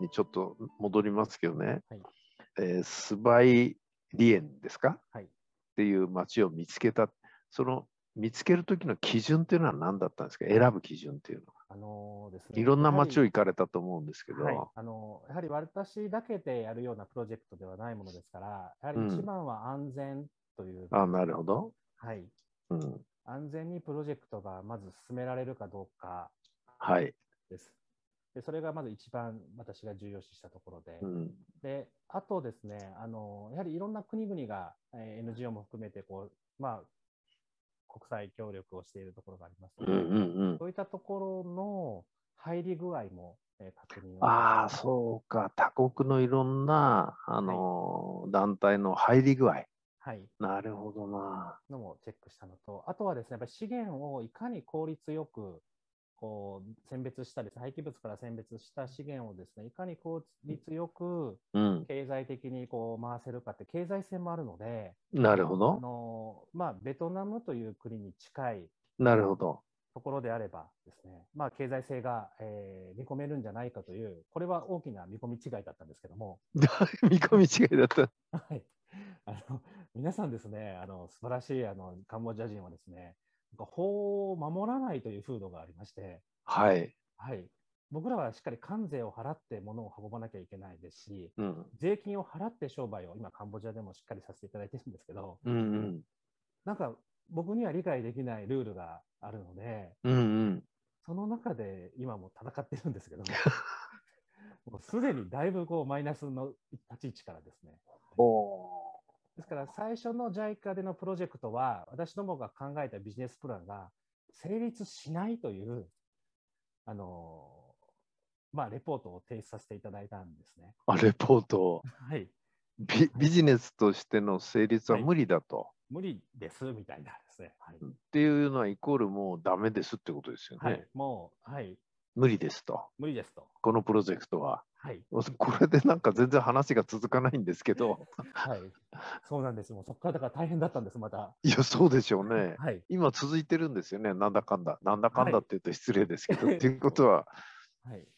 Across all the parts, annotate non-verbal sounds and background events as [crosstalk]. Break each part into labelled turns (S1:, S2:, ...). S1: にちょっと戻りますけどね、
S2: はい
S1: えースバイリエンですか、
S2: はい
S1: っていう町を見つけた、その見つける時の基準っていうのは何だったんですか、選ぶ基準っていうのは。
S2: あのーですね、
S1: いろんな町を
S2: や
S1: 行かれたと思うんですけど、
S2: はりはいあのーやはり私だけでやるようなプロジェクトではないものですから、やはり一番は安全という、
S1: あなるほど、
S2: はい、
S1: うん。
S2: 安全にプロジェクトがまず進められるかどうか
S1: はい、
S2: です。でそれがまず一番私が重要視したところで、
S1: うん。
S2: であとですねあの、やはりいろんな国々が、えー NGO も含めてこう、まあ、国際協力をしているところがあります
S1: う
S2: ので、
S1: んうんうん。
S2: そういったところの入り具合も、えー確認を
S1: ああ、そうか、他国のいろんな、あのー団体の入り具合。
S2: はい、
S1: なるほどな。
S2: のもチェックしたのと、あとはですね、やっぱり資源をいかに効率よくこう選別したり、廃棄物から選別した資源をですね、いかに効率よく
S1: うん、
S2: 経済的にこう回せるかって経済性もあるので、
S1: なるほ
S2: あ
S1: ど。
S2: のまあ、ベトナムという国に近い
S1: なるほど。 [laughs]
S2: ところであればですね、まあ、経済性が、えー見込めるんじゃないかという、これは大きな見込み違いだったんですけども、
S1: 見込み違いだった。
S2: はい、あの皆さんですね、あの素晴らしいあのカンボジア人はですね、なんか法を守らないという風土がありまして、
S1: はい。
S2: はい、僕らはしっかり関税を払って物を運ばなきゃいけないですし、
S1: うん。
S2: 税金を払って商売を今、カンボジアでもしっかりさせていただいてるんですけど、
S1: うんうん。
S2: なんか僕には理解できないルールがあるので、
S1: うんうん。
S2: その中で今も戦ってるんですけども、もうすでにだいぶこうマイナスの立ち位置からですね。
S1: お
S2: ですから最初の JICA でのプロジェクトは、私どもが考えたビジネスプランが成立しないという、あのまあ、レポートを提出させていただいたんですね。
S1: あレポート [laughs]
S2: はい。
S1: ビビジネスとしての成立は無理だと、
S2: 無理です、みたいなですね。はい。
S1: っていうのはイコールもうダメですってことですよね、
S2: はい、もう、はい、
S1: 無理ですと
S2: 無理ですと。
S1: このプロジェクトは [laughs]
S2: はい。
S1: これでなんか全然話が続かないんですけど
S2: はい。そうなんです。もうそこからだから大変だったんです、また。
S1: いやそうでしょうね
S2: はい。
S1: 今続いてるんですよねなんだかんだなんだかんだって言うと失礼ですけど、 [laughs]
S2: はい
S1: っていうことは
S2: はい。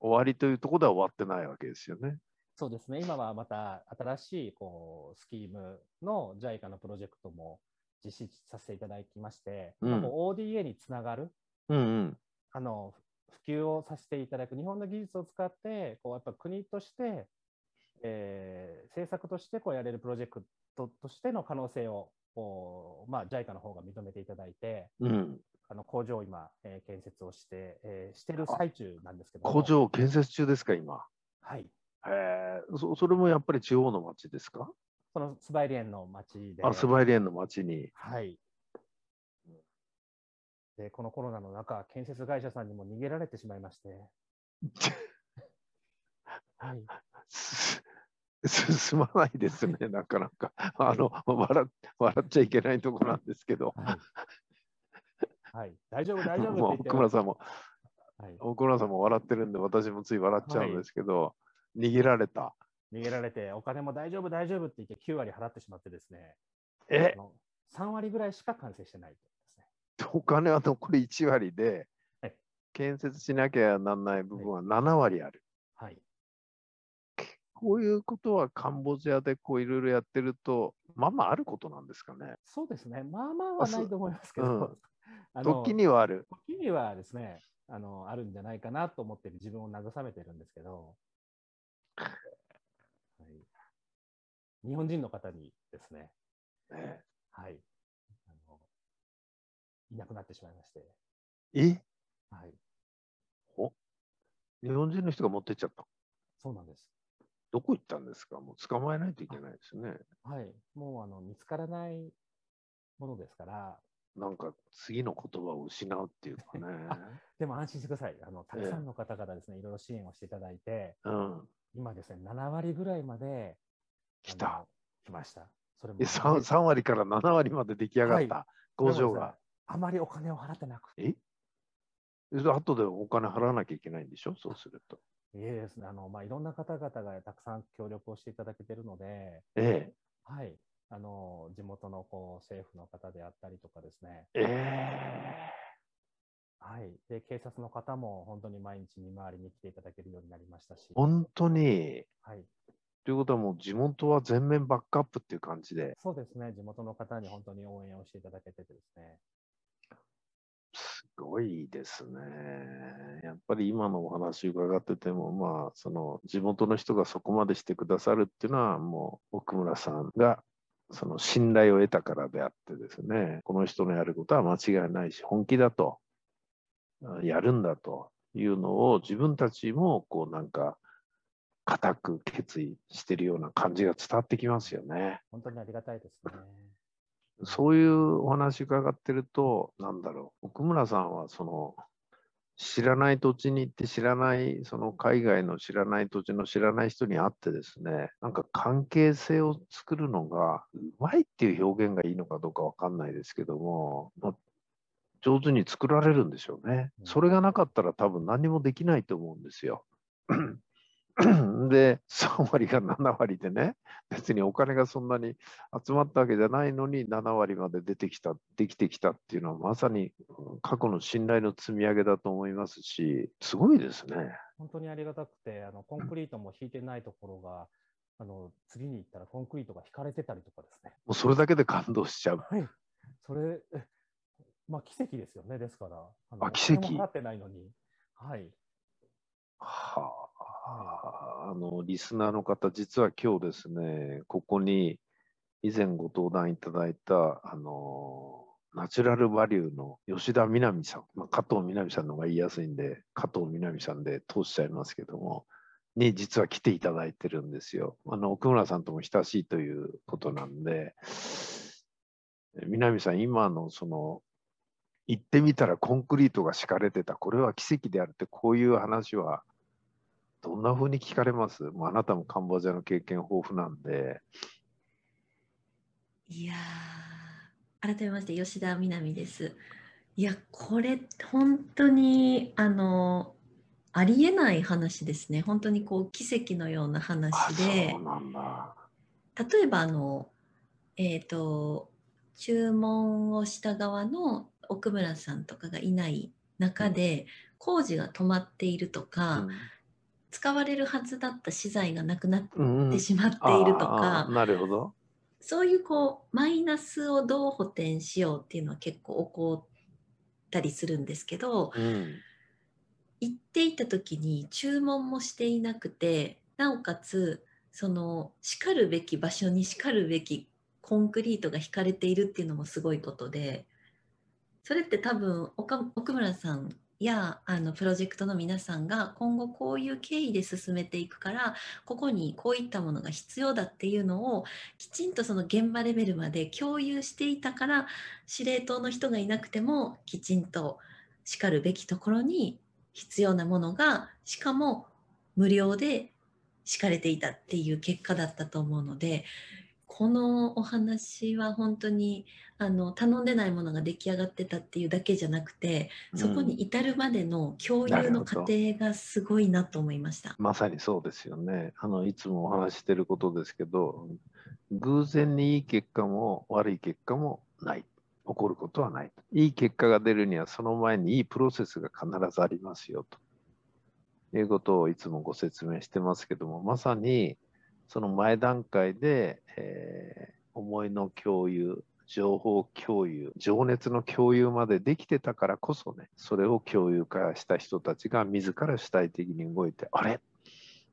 S1: 終わりというところでは終わってないわけですよね
S2: そうですね、今はまた新しいこうスキームの JICA のプロジェクトも実施させていただきまして、
S1: うん
S2: まあこう ODA につながる
S1: うんうん
S2: あの普及をさせていただく、日本の技術を使って、こうやっぱ国として、えー政策としてこうやれるプロジェクトとしての可能性をこう、まあ、JICA の方が認めていただいて、
S1: うん
S2: あの工場を今、えー建設をして、えーしてる最中なんですけども
S1: 工場建設中ですか今
S2: はい、
S1: へえ、そそれもやっぱり地方の町ですか、
S2: そのスバイリエンの町で。
S1: あスバイレーンの町に。
S2: はい。で、このコロナの中、建設会社さんにも逃げられてしまいまして。はい。
S1: す [laughs] すすまないです
S2: [laughs]
S1: ね、なかなか。あの笑っ笑っちゃいけないとこなんですけど、
S2: はい。はい、
S1: [laughs]
S2: 大丈夫、大丈
S1: も
S2: 夫
S1: う
S2: って
S1: 奥
S2: 言
S1: 村
S2: って。
S1: さんも、
S2: はい。
S1: 奥村さんも笑ってるんで、私もつい笑っちゃうんですけど、逃げられた。
S2: 逃げられて、お金も大丈夫、大丈夫って言って9割払ってしまってですね。
S1: え
S2: あ、の3割ぐらいしか完成してないですね。
S1: お金は残り1割で
S2: はい、
S1: 建設しなきゃなんない部分は7割ある。
S2: はい。
S1: こういうことはカンボジアでこういろいろやってると、まあまああることなんですかね。
S2: そうですね。まあまあはないと思いますけど、
S1: うん
S2: あの
S1: 時にはある。
S2: 時にはですね、あの、あるんじゃないかなと思って自分を慰めてるんですけど、はい、日本人の方にですね、
S1: ね
S2: はい、あのいなくなってしまいまして、
S1: え
S2: はい、
S1: 日本人の人が持ってっちゃった。
S2: そうなんです。
S1: どこ行ったんですかもう捕まえないといけないですね。
S2: はい、もうあの見つからないものですから、
S1: なんか次の言葉を失うっていうか [laughs] ね。
S2: でも安心してください。あの、たくさんの方々ですね、いろいろ支援をしていただいて、
S1: うん。
S2: 今ですね、7割ぐらいまで、
S1: 来た
S2: あの。来ました。それも
S1: え 3, 3割から7割まで出来上がった、
S2: は
S1: 工場
S2: でも
S1: が
S2: ですね。あまりお金を払ってなくて。
S1: え後でお金払わなきゃいけないんでしょそうすると。
S2: いえですね。あの、まあ、いろんな方々がたくさん協力をしていただけてるので、
S1: え
S2: はい。あの、地元のこう政府の方であったりとかですね、
S1: え。ええ。
S2: はい、で警察の方も本当に毎日見回りに来ていただけるようになりましたし、
S1: 本当に。
S2: はい、
S1: ということはもう地元は全面バックアップっていう感じで、
S2: そうですね、地元の方に本当に応援をしていただけててですね、
S1: すごいですね。やっぱり今のお話伺ってても、まあ、その地元の人がそこまでしてくださるっていうのは、もう奥村さんが、その信頼を得たからであってですね、この人のやることは間違いないし、本気だと、あやるんだというのを自分たちも、こうなんか、固く決意してるような感じが伝わってきますよね。
S2: 本当にありがたいですね。
S1: そういうお話伺ってると、なんだろう、奥村さんはその知らない土地に行って、知らない、その海外の知らない土地の知らない人に会ってですね、なんか関係性を作るのがうまいっていう表現がいいのかどうかわかんないですけども、まあ上手に作られるんでしょうね。
S2: うん
S1: それがなかったら多分何もできないと思うんですよ。 [clears throat] で、3割が7割でね、別にお金がそんなに集まったわけじゃないのに7割まで出てきたできてきたっていうのはまさにうん過去の信頼の積み上げだと思いますしすごいですね。
S2: 本当にありがたくて、あのコンクリートも引いてないところが、あの次に行ったらコンクリートが引かれてたりとかですね、
S1: もうそれだけで感動しちゃう。
S2: はい、それ、えまあ、奇跡ですよね、ですから、あ
S1: あ奇跡
S2: お金も払ってないのに、はい、
S1: はあ、あのリスナーの方実は今日ですねここに以前ご登壇いただいたあのナチュラルバリューの吉田みなみさん、まあ、加藤みなみさんの方が言いやすいんで加藤みなみさんで通しちゃいますけどもに実は来ていただいてるんですよ。あの奥村さんとも親しいということなんでみなみさん今のその行ってみたらコンクリートが敷かれてた、これは奇跡であるって、こういう話はどんな風に聞かれますもうあなたもカンボジアの経験豊富なんで、
S3: いやー、改めまして吉田みなみです。いや、これ本当にあのありえない話ですね。本当にこう奇跡のような
S1: あ、
S3: 話で
S1: そう、なんだ。
S3: 例えばあのえっ、と注文をした側の奥村さんとかがいない中で工事が止まっているとか、使われるはずだった資材がなくなっ
S1: うん
S3: てしまっていると
S1: あ
S3: か。
S1: ーなるほど。
S3: そういうこうマイナスをどう補填しようっていうのは結構起こったりするんですけど
S1: うん。
S3: 行っていた時に注文もしていなくてなおかつそのしかるべき場所にしかるべきコンクリートが引かれているっていうのもすごいことでそれって多分岡奥村さんやあのプロジェクトの皆さんが今後こういう経緯で進めていくからここにこういったものが必要だっていうのをきちんとその現場レベルまで共有していたから司令塔の人がいなくてもきちんとしかるべきところに必要なものがしかも無料で敷かれていたっていう結果だったと思うのでこのお話は本当にあの頼んでないものが出来上がってたっていうだけじゃなくてそこに至るまでの共有の過程がすごいなと思いました。
S1: [laughs] まさにそうですよね。あの、いつもお話ししてることですけど、偶然にいい結果も悪い結果もない。起こることはない。いい結果が出るには、その前にいいプロセスが必ずありますよ、ということをいつもご説明してますけども、まさに、その前段階で、えー思いの共有、情報共有、情熱の共有までできてたからこそね、それを共有化した人たちが自ら主体的に動いて、あれ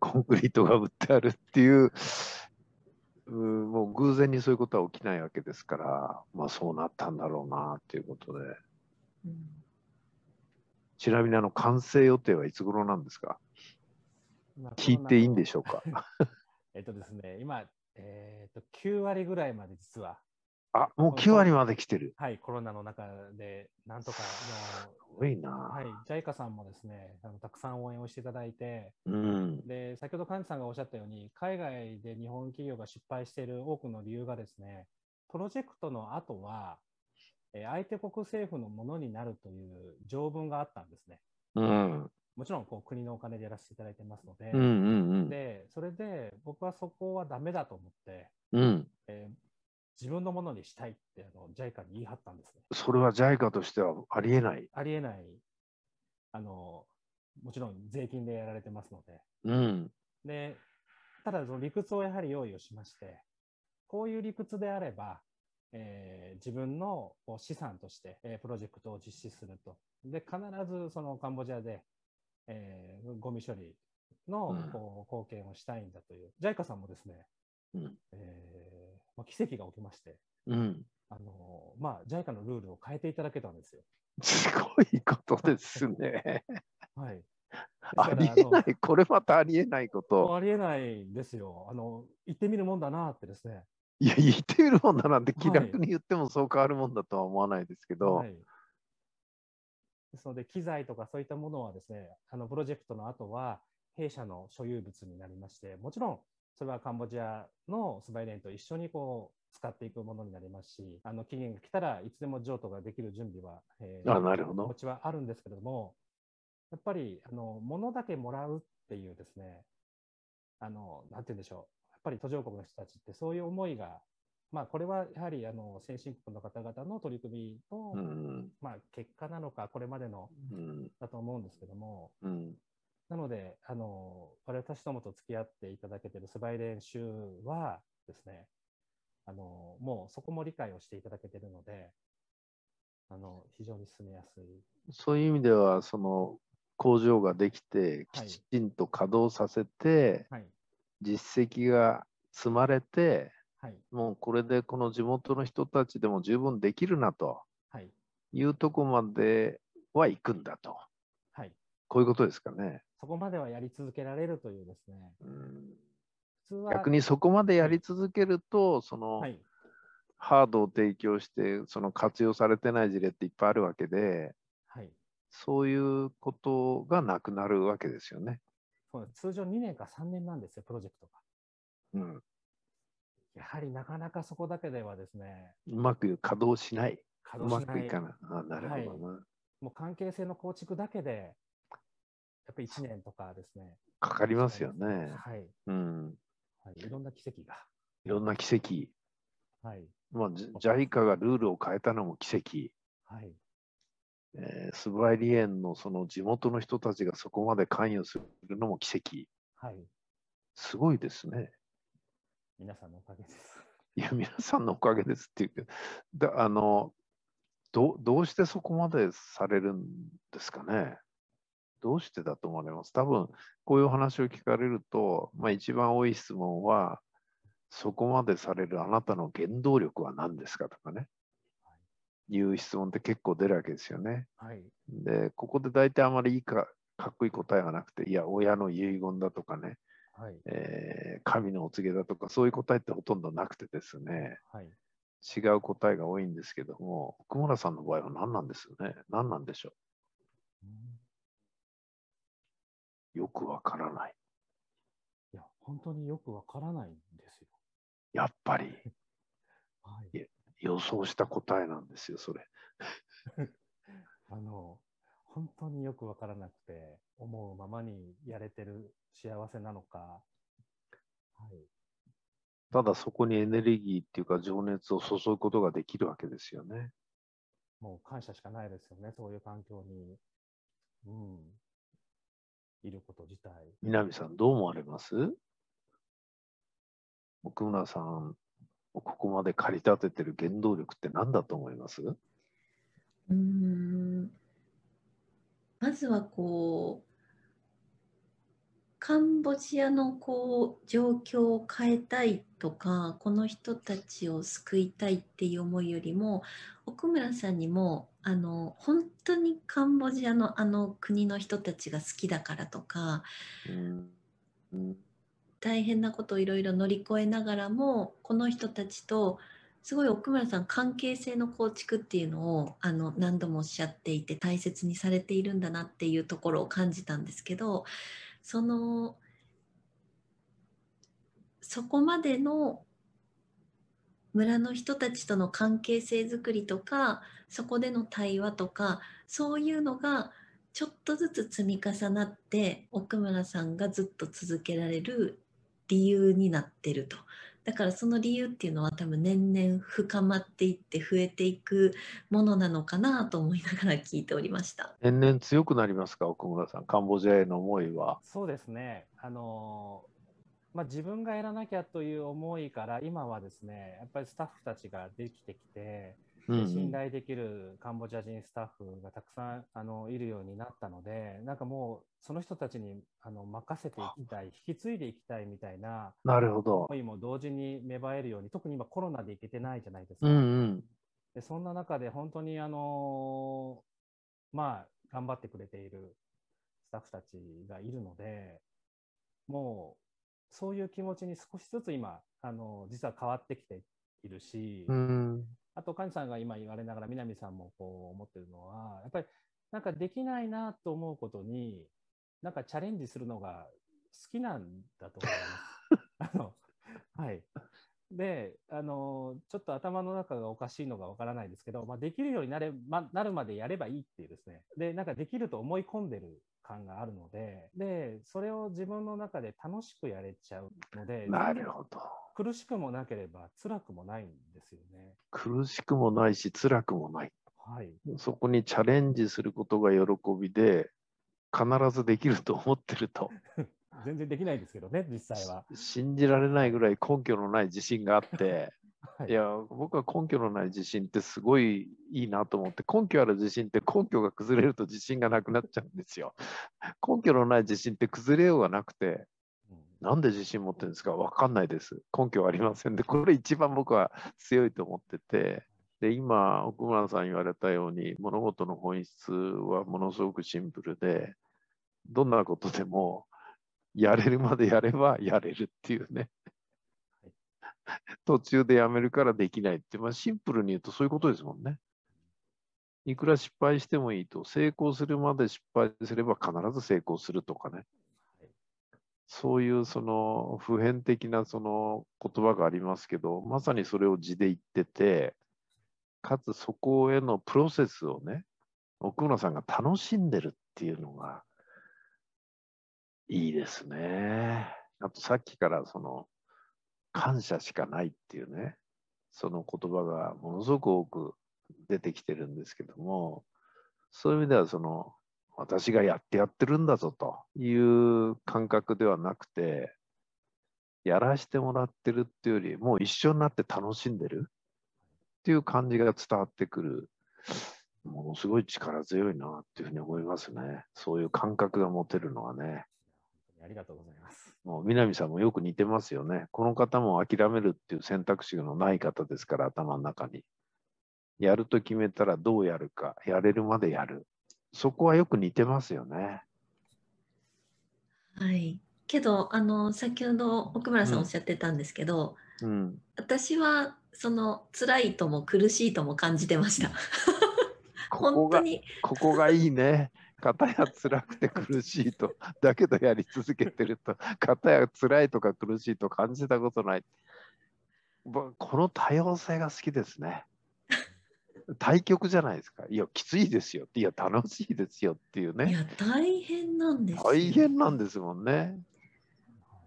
S1: コンクリートが売ってあるっていう、うんもう偶然にそういうことは起きないわけですから、まあそうなったんだろうなっていうことで、
S3: うん
S1: ちなみにあの完成予定はいつ頃なんですか
S2: まあ
S1: 聞いていいんで
S2: ょ
S1: しょうか
S2: えっとですね、今、えっと9割ぐらいまで実は、
S1: あ、もう9割まで来てる。
S2: はい、コロナの中で、なんとかも
S1: す
S2: う
S1: ごいな、
S2: はい、JICA さんもですねあの、たくさん応援をしていただいて、
S1: うん。
S2: で先ほど幹事さんがおっしゃったように、海外で日本企業が失敗している多くの理由がですね、プロジェクトの後は、えー相手国政府のものになるという条文があったんですね。
S1: うん。うん
S2: もちろんこう国のお金でやらせていただいてますので、
S1: うんうん。
S2: でそれで僕はそこはダメだと思って、
S1: うん。
S2: えー自分のものにしたいってあの JICA に言い張ったんですね。
S1: それは JICA としてはありえない。
S2: ありえないあのもちろん税金でやられてますので。
S1: うん。
S2: で、ただその理屈をやはり用意をしまして、こういう理屈であれば、えー自分のこう資産として、えープロジェクトを実施すると。で、必ずそのカンボジアで、えーゴミ処理の
S1: うん
S2: こう貢献をしたいんだという、ジャイカさんもですね、
S1: うん
S2: えーまあ、奇跡が起きまして、
S1: うん。
S2: あのまあ、JICA のルールを変えていただけたんですよ。
S1: すごいことです [laughs] ね。
S2: はい、
S1: ありえない、これまたありえないこと。
S2: ありえないですよ。あの行ってみるもんだなってですね。
S1: いや、言ってみるもんだなんて
S2: はい
S1: 気楽に言ってもそう変わるもんだとは思わないですけど、
S2: はい、ですので、機材とかそういったものはですね、あのプロジェクトの後は弊社の所有物になりまして、もちろんそれはカンボジアのスバイレンと一緒にこう使っていくものになりますし、あの期限が来たらいつでも譲渡ができる準備は、え
S1: あなるほど
S2: こっちはあるんですけれども、やっぱりあの物だけもらうっていうですね、あのなんて言うんでしょう、やっぱり途上国の人たちってそういう思いが、まあ、これはやはりあの先進国の方々の取り組みの、
S1: うん、
S2: まあ、結果なのか、これまでの
S1: うん、
S2: だと思うんですけども、
S1: うん、
S2: なので、あの私どもと付き合っていただけているスバイ練習はですねあの、もうそこも理解をしていただけているので、あの非常に進めやすい。
S1: そういう意味では、その工場ができて、
S2: はい
S1: きちんと稼働させて、
S2: はい
S1: 実績が積まれて、
S2: はい
S1: もうこれでこの地元の人たちでも十分できるなと
S2: はい
S1: いうとこまでは行くんだと、
S2: はい、
S1: こういうことですかね。
S2: そこまではやり続けられるというですね、
S1: うん
S2: 普通は
S1: 逆にそこまでやり続けると、その、
S2: はい
S1: ハードを提供して、その活用されてない事例っていっぱいあるわけで、
S2: はい
S1: そういうことがなくなるわけですよね。
S2: そうなんです通常2年か3年なんですよ、プロジェクトが。
S1: うん、
S2: やはりなかなかそこだけではですね、
S1: うまく稼働しない、
S2: 稼
S1: う
S2: 働
S1: まくい
S2: しない
S1: かない。あなるほどな、
S2: もう関係性の構築だけで、やっぱり1年とかですね。
S1: かかりますよね。
S2: はい。
S1: うん、
S2: はい、いろんな奇跡が。
S1: いろんな奇跡。
S2: はい。
S1: まあ、ジャイカがルールを変えたのも奇跡。
S2: はい。
S1: えー、スバイリエンのその地元の人たちがそこまで関与するのも奇跡。
S2: はい。
S1: すごいですね。
S2: 皆さんのおかげです。
S1: いや、皆さんのおかげですっていうけど、だあのどう、どうしてそこまでされるんですかね。どうしてだと思われます多分、こういうお話を聞かれると、まあ、一番多い質問は、そこまでされるあなたの原動力は何ですかとかね、いう質問って結構出るわけですよね。
S2: はい。
S1: で、ここで大体あまりいいか、かっこいい答えがなくて、いや、親の遺言だとかね、
S2: はい。
S1: えー神のお告げだとか、そういう答えってほとんどなくてですね。
S2: はい。
S1: 違う答えが多いんですけども、奥村さんの場合は何なんですよね。何なんでしょ
S2: うん
S1: う。よくわからない。
S2: いや、本当によくわからないんですよ。
S1: やっぱり
S2: はい
S1: い。予想した答えなんですよ、それ。
S2: あの、本当によくわからなくて、思うままにやれてる幸せなのか。はい。
S1: ただそこにエネルギーっていうか情熱を注ぐことができるわけですよね。
S2: もう感謝しかないですよね、そういう環境に、うん、いること自体。
S1: 南さん、どう思われます奥村さんをここまで駆り立ててる原動力って何だと思います
S3: うーんまずはこうカンボジアのこう状況を変えたいとかこの人たちを救いたいっていう思いよりも奥村さんにもあの本当にカンボジアのあの国の人たちが好きだからとか
S1: うんうん
S3: 大変なことをいろいろ乗り越えながらもこの人たちとすごい奥村さん関係性の構築っていうのをあの何度もおっしゃっていて大切にされているんだなっていうところを感じたんですけどそのそこまでの村の人たちとの関係性づくりとかそこでの対話とかそういうのがちょっとずつ積み重なって奥村さんがずっと続けられる理由になってるとだからその理由っていうのは多分年々深まっていって増えていくものなのかなと思いながら聞いておりました。
S1: 年々強くなりますか、奥村さん、カンボジアへの思いは。
S2: そうですね、あのまあ、自分がやらなきゃという思いから、今はですね、やっぱりスタッフたちができてきて、
S1: うんうん
S2: 信頼できるカンボジア人スタッフがたくさんあのいるようになったので、なんかもう、その人たちにあの任せていきたい、引き継いでいきたいみたいな
S1: なるほど
S2: 思。いも同時に芽生えるように、特に今、コロナで行けてないじゃないですか。
S1: うんうん。
S2: でそんな中で本当にあのまあ頑張ってくれているスタッフたちがいるのでもうそういう気持ちに少しずつ今あの実は変わってきているし、
S1: うん
S2: あと菅さんが今言われながら南さんもこう思ってるのはやっぱりなんかできないなと思うことになんかチャレンジするのが好きなんだと思い
S1: [laughs]
S2: ます。あのはい、であのちょっと頭の中がおかしいのがわからないですけど、まあ、できるようになれ、ま、なるまでやればいいっていうですねでなんかできると思い込んでる感があるのででそれを自分の中で楽しくやれちゃうので
S1: なるほど。
S2: 苦しくもなければ辛くもないんですよね。
S1: 苦しくもないし、辛くもない。
S2: はい
S1: そこにチャレンジすることが喜びで、必ずできると思ってる
S2: [laughs]
S1: と、
S2: 全然できないですけどね、実際は。
S1: 信じられないぐらい根拠のない自信があって、
S2: はい
S1: いや、僕は根拠のない自信ってすごいいいなと思って、根拠ある自信って根拠が崩れると自信がなくなっちゃうんですよ。根拠のない自信って崩れようがなくて、
S2: うん
S1: なんで自信持ってるんですかわかんないです。根拠ありませんで、これ一番僕は強いと思ってて、で、今、奥村さん言われたように、物事の本質はものすごくシンプルで、どんなことでも、やれるまでやればやれるっていうね
S2: はい。
S1: 途中でやめるからできないって、まあ、シンプルに言うとそういうことですもんね。いくら失敗してもいいと、成功するまで失敗すれば必ず成功するとかね。そういうその普遍的なその言葉がありますけど、まさにそれを字で言ってて、かつそこへのプロセスをね、奥村さんが楽しんでるっていうのがいいですね。あとさっきからその感謝しかないっていうね、その言葉がものすごく多く出てきてるんですけども、そういう意味ではその私がやってやってるんだぞという感覚ではなくて、やらしてもらってるっていうより、もう一緒になって楽しんでるっていう感じが伝わってくる、ものすごい力強いなっていうふうに思いますね。そういう感覚が持てるのはね。
S2: ありがとうございます。
S1: もう南さんもよく似てますよね。この方も諦めるっていう選択肢のない方ですから、頭の中に。やると決めたらどうやるか、やれるまでやる。そこはよく似てますよね。
S3: はい、けどあの先ほど奥村さ
S1: うんん
S3: おっしゃってたんですけど、
S1: うん、
S3: 私はその辛いとも苦しいとも感じてました。
S1: ここ
S3: 本当
S1: が
S3: に
S1: ここがいいね。片や辛くて苦しいと、だけどやり続けてると、片や辛いとか苦しいと感じたことない。ぼこの多様性が好きですね。対局じゃないですか。いや、きついですよ。いや、楽しいですよっていう
S3: い
S1: ね。
S3: や大変なんですよ
S1: 大変なんですもんね。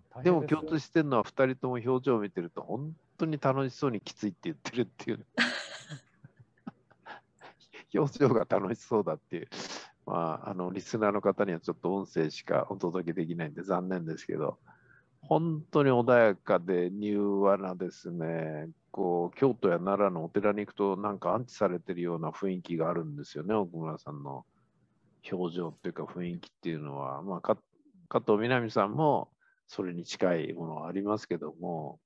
S2: 大変
S1: でも
S2: すよ
S1: 共通してるのは2人とも表情を見てると本当に楽しそうにきついって言ってるっていう。 [laughs] 表情が楽しそうだっていう。まあ、あの、リスナーの方にはちょっと音声しかお届けできないんで残念ですけど、本当に穏やかで柔和なですね、こう、京都や奈良のお寺に行くとなんか安置されてるような雰囲気があるんですよね、奥村さんの表情っていうか雰囲気っていうのは。まあ、か加藤みなみさんもそれに近いものはありますけども。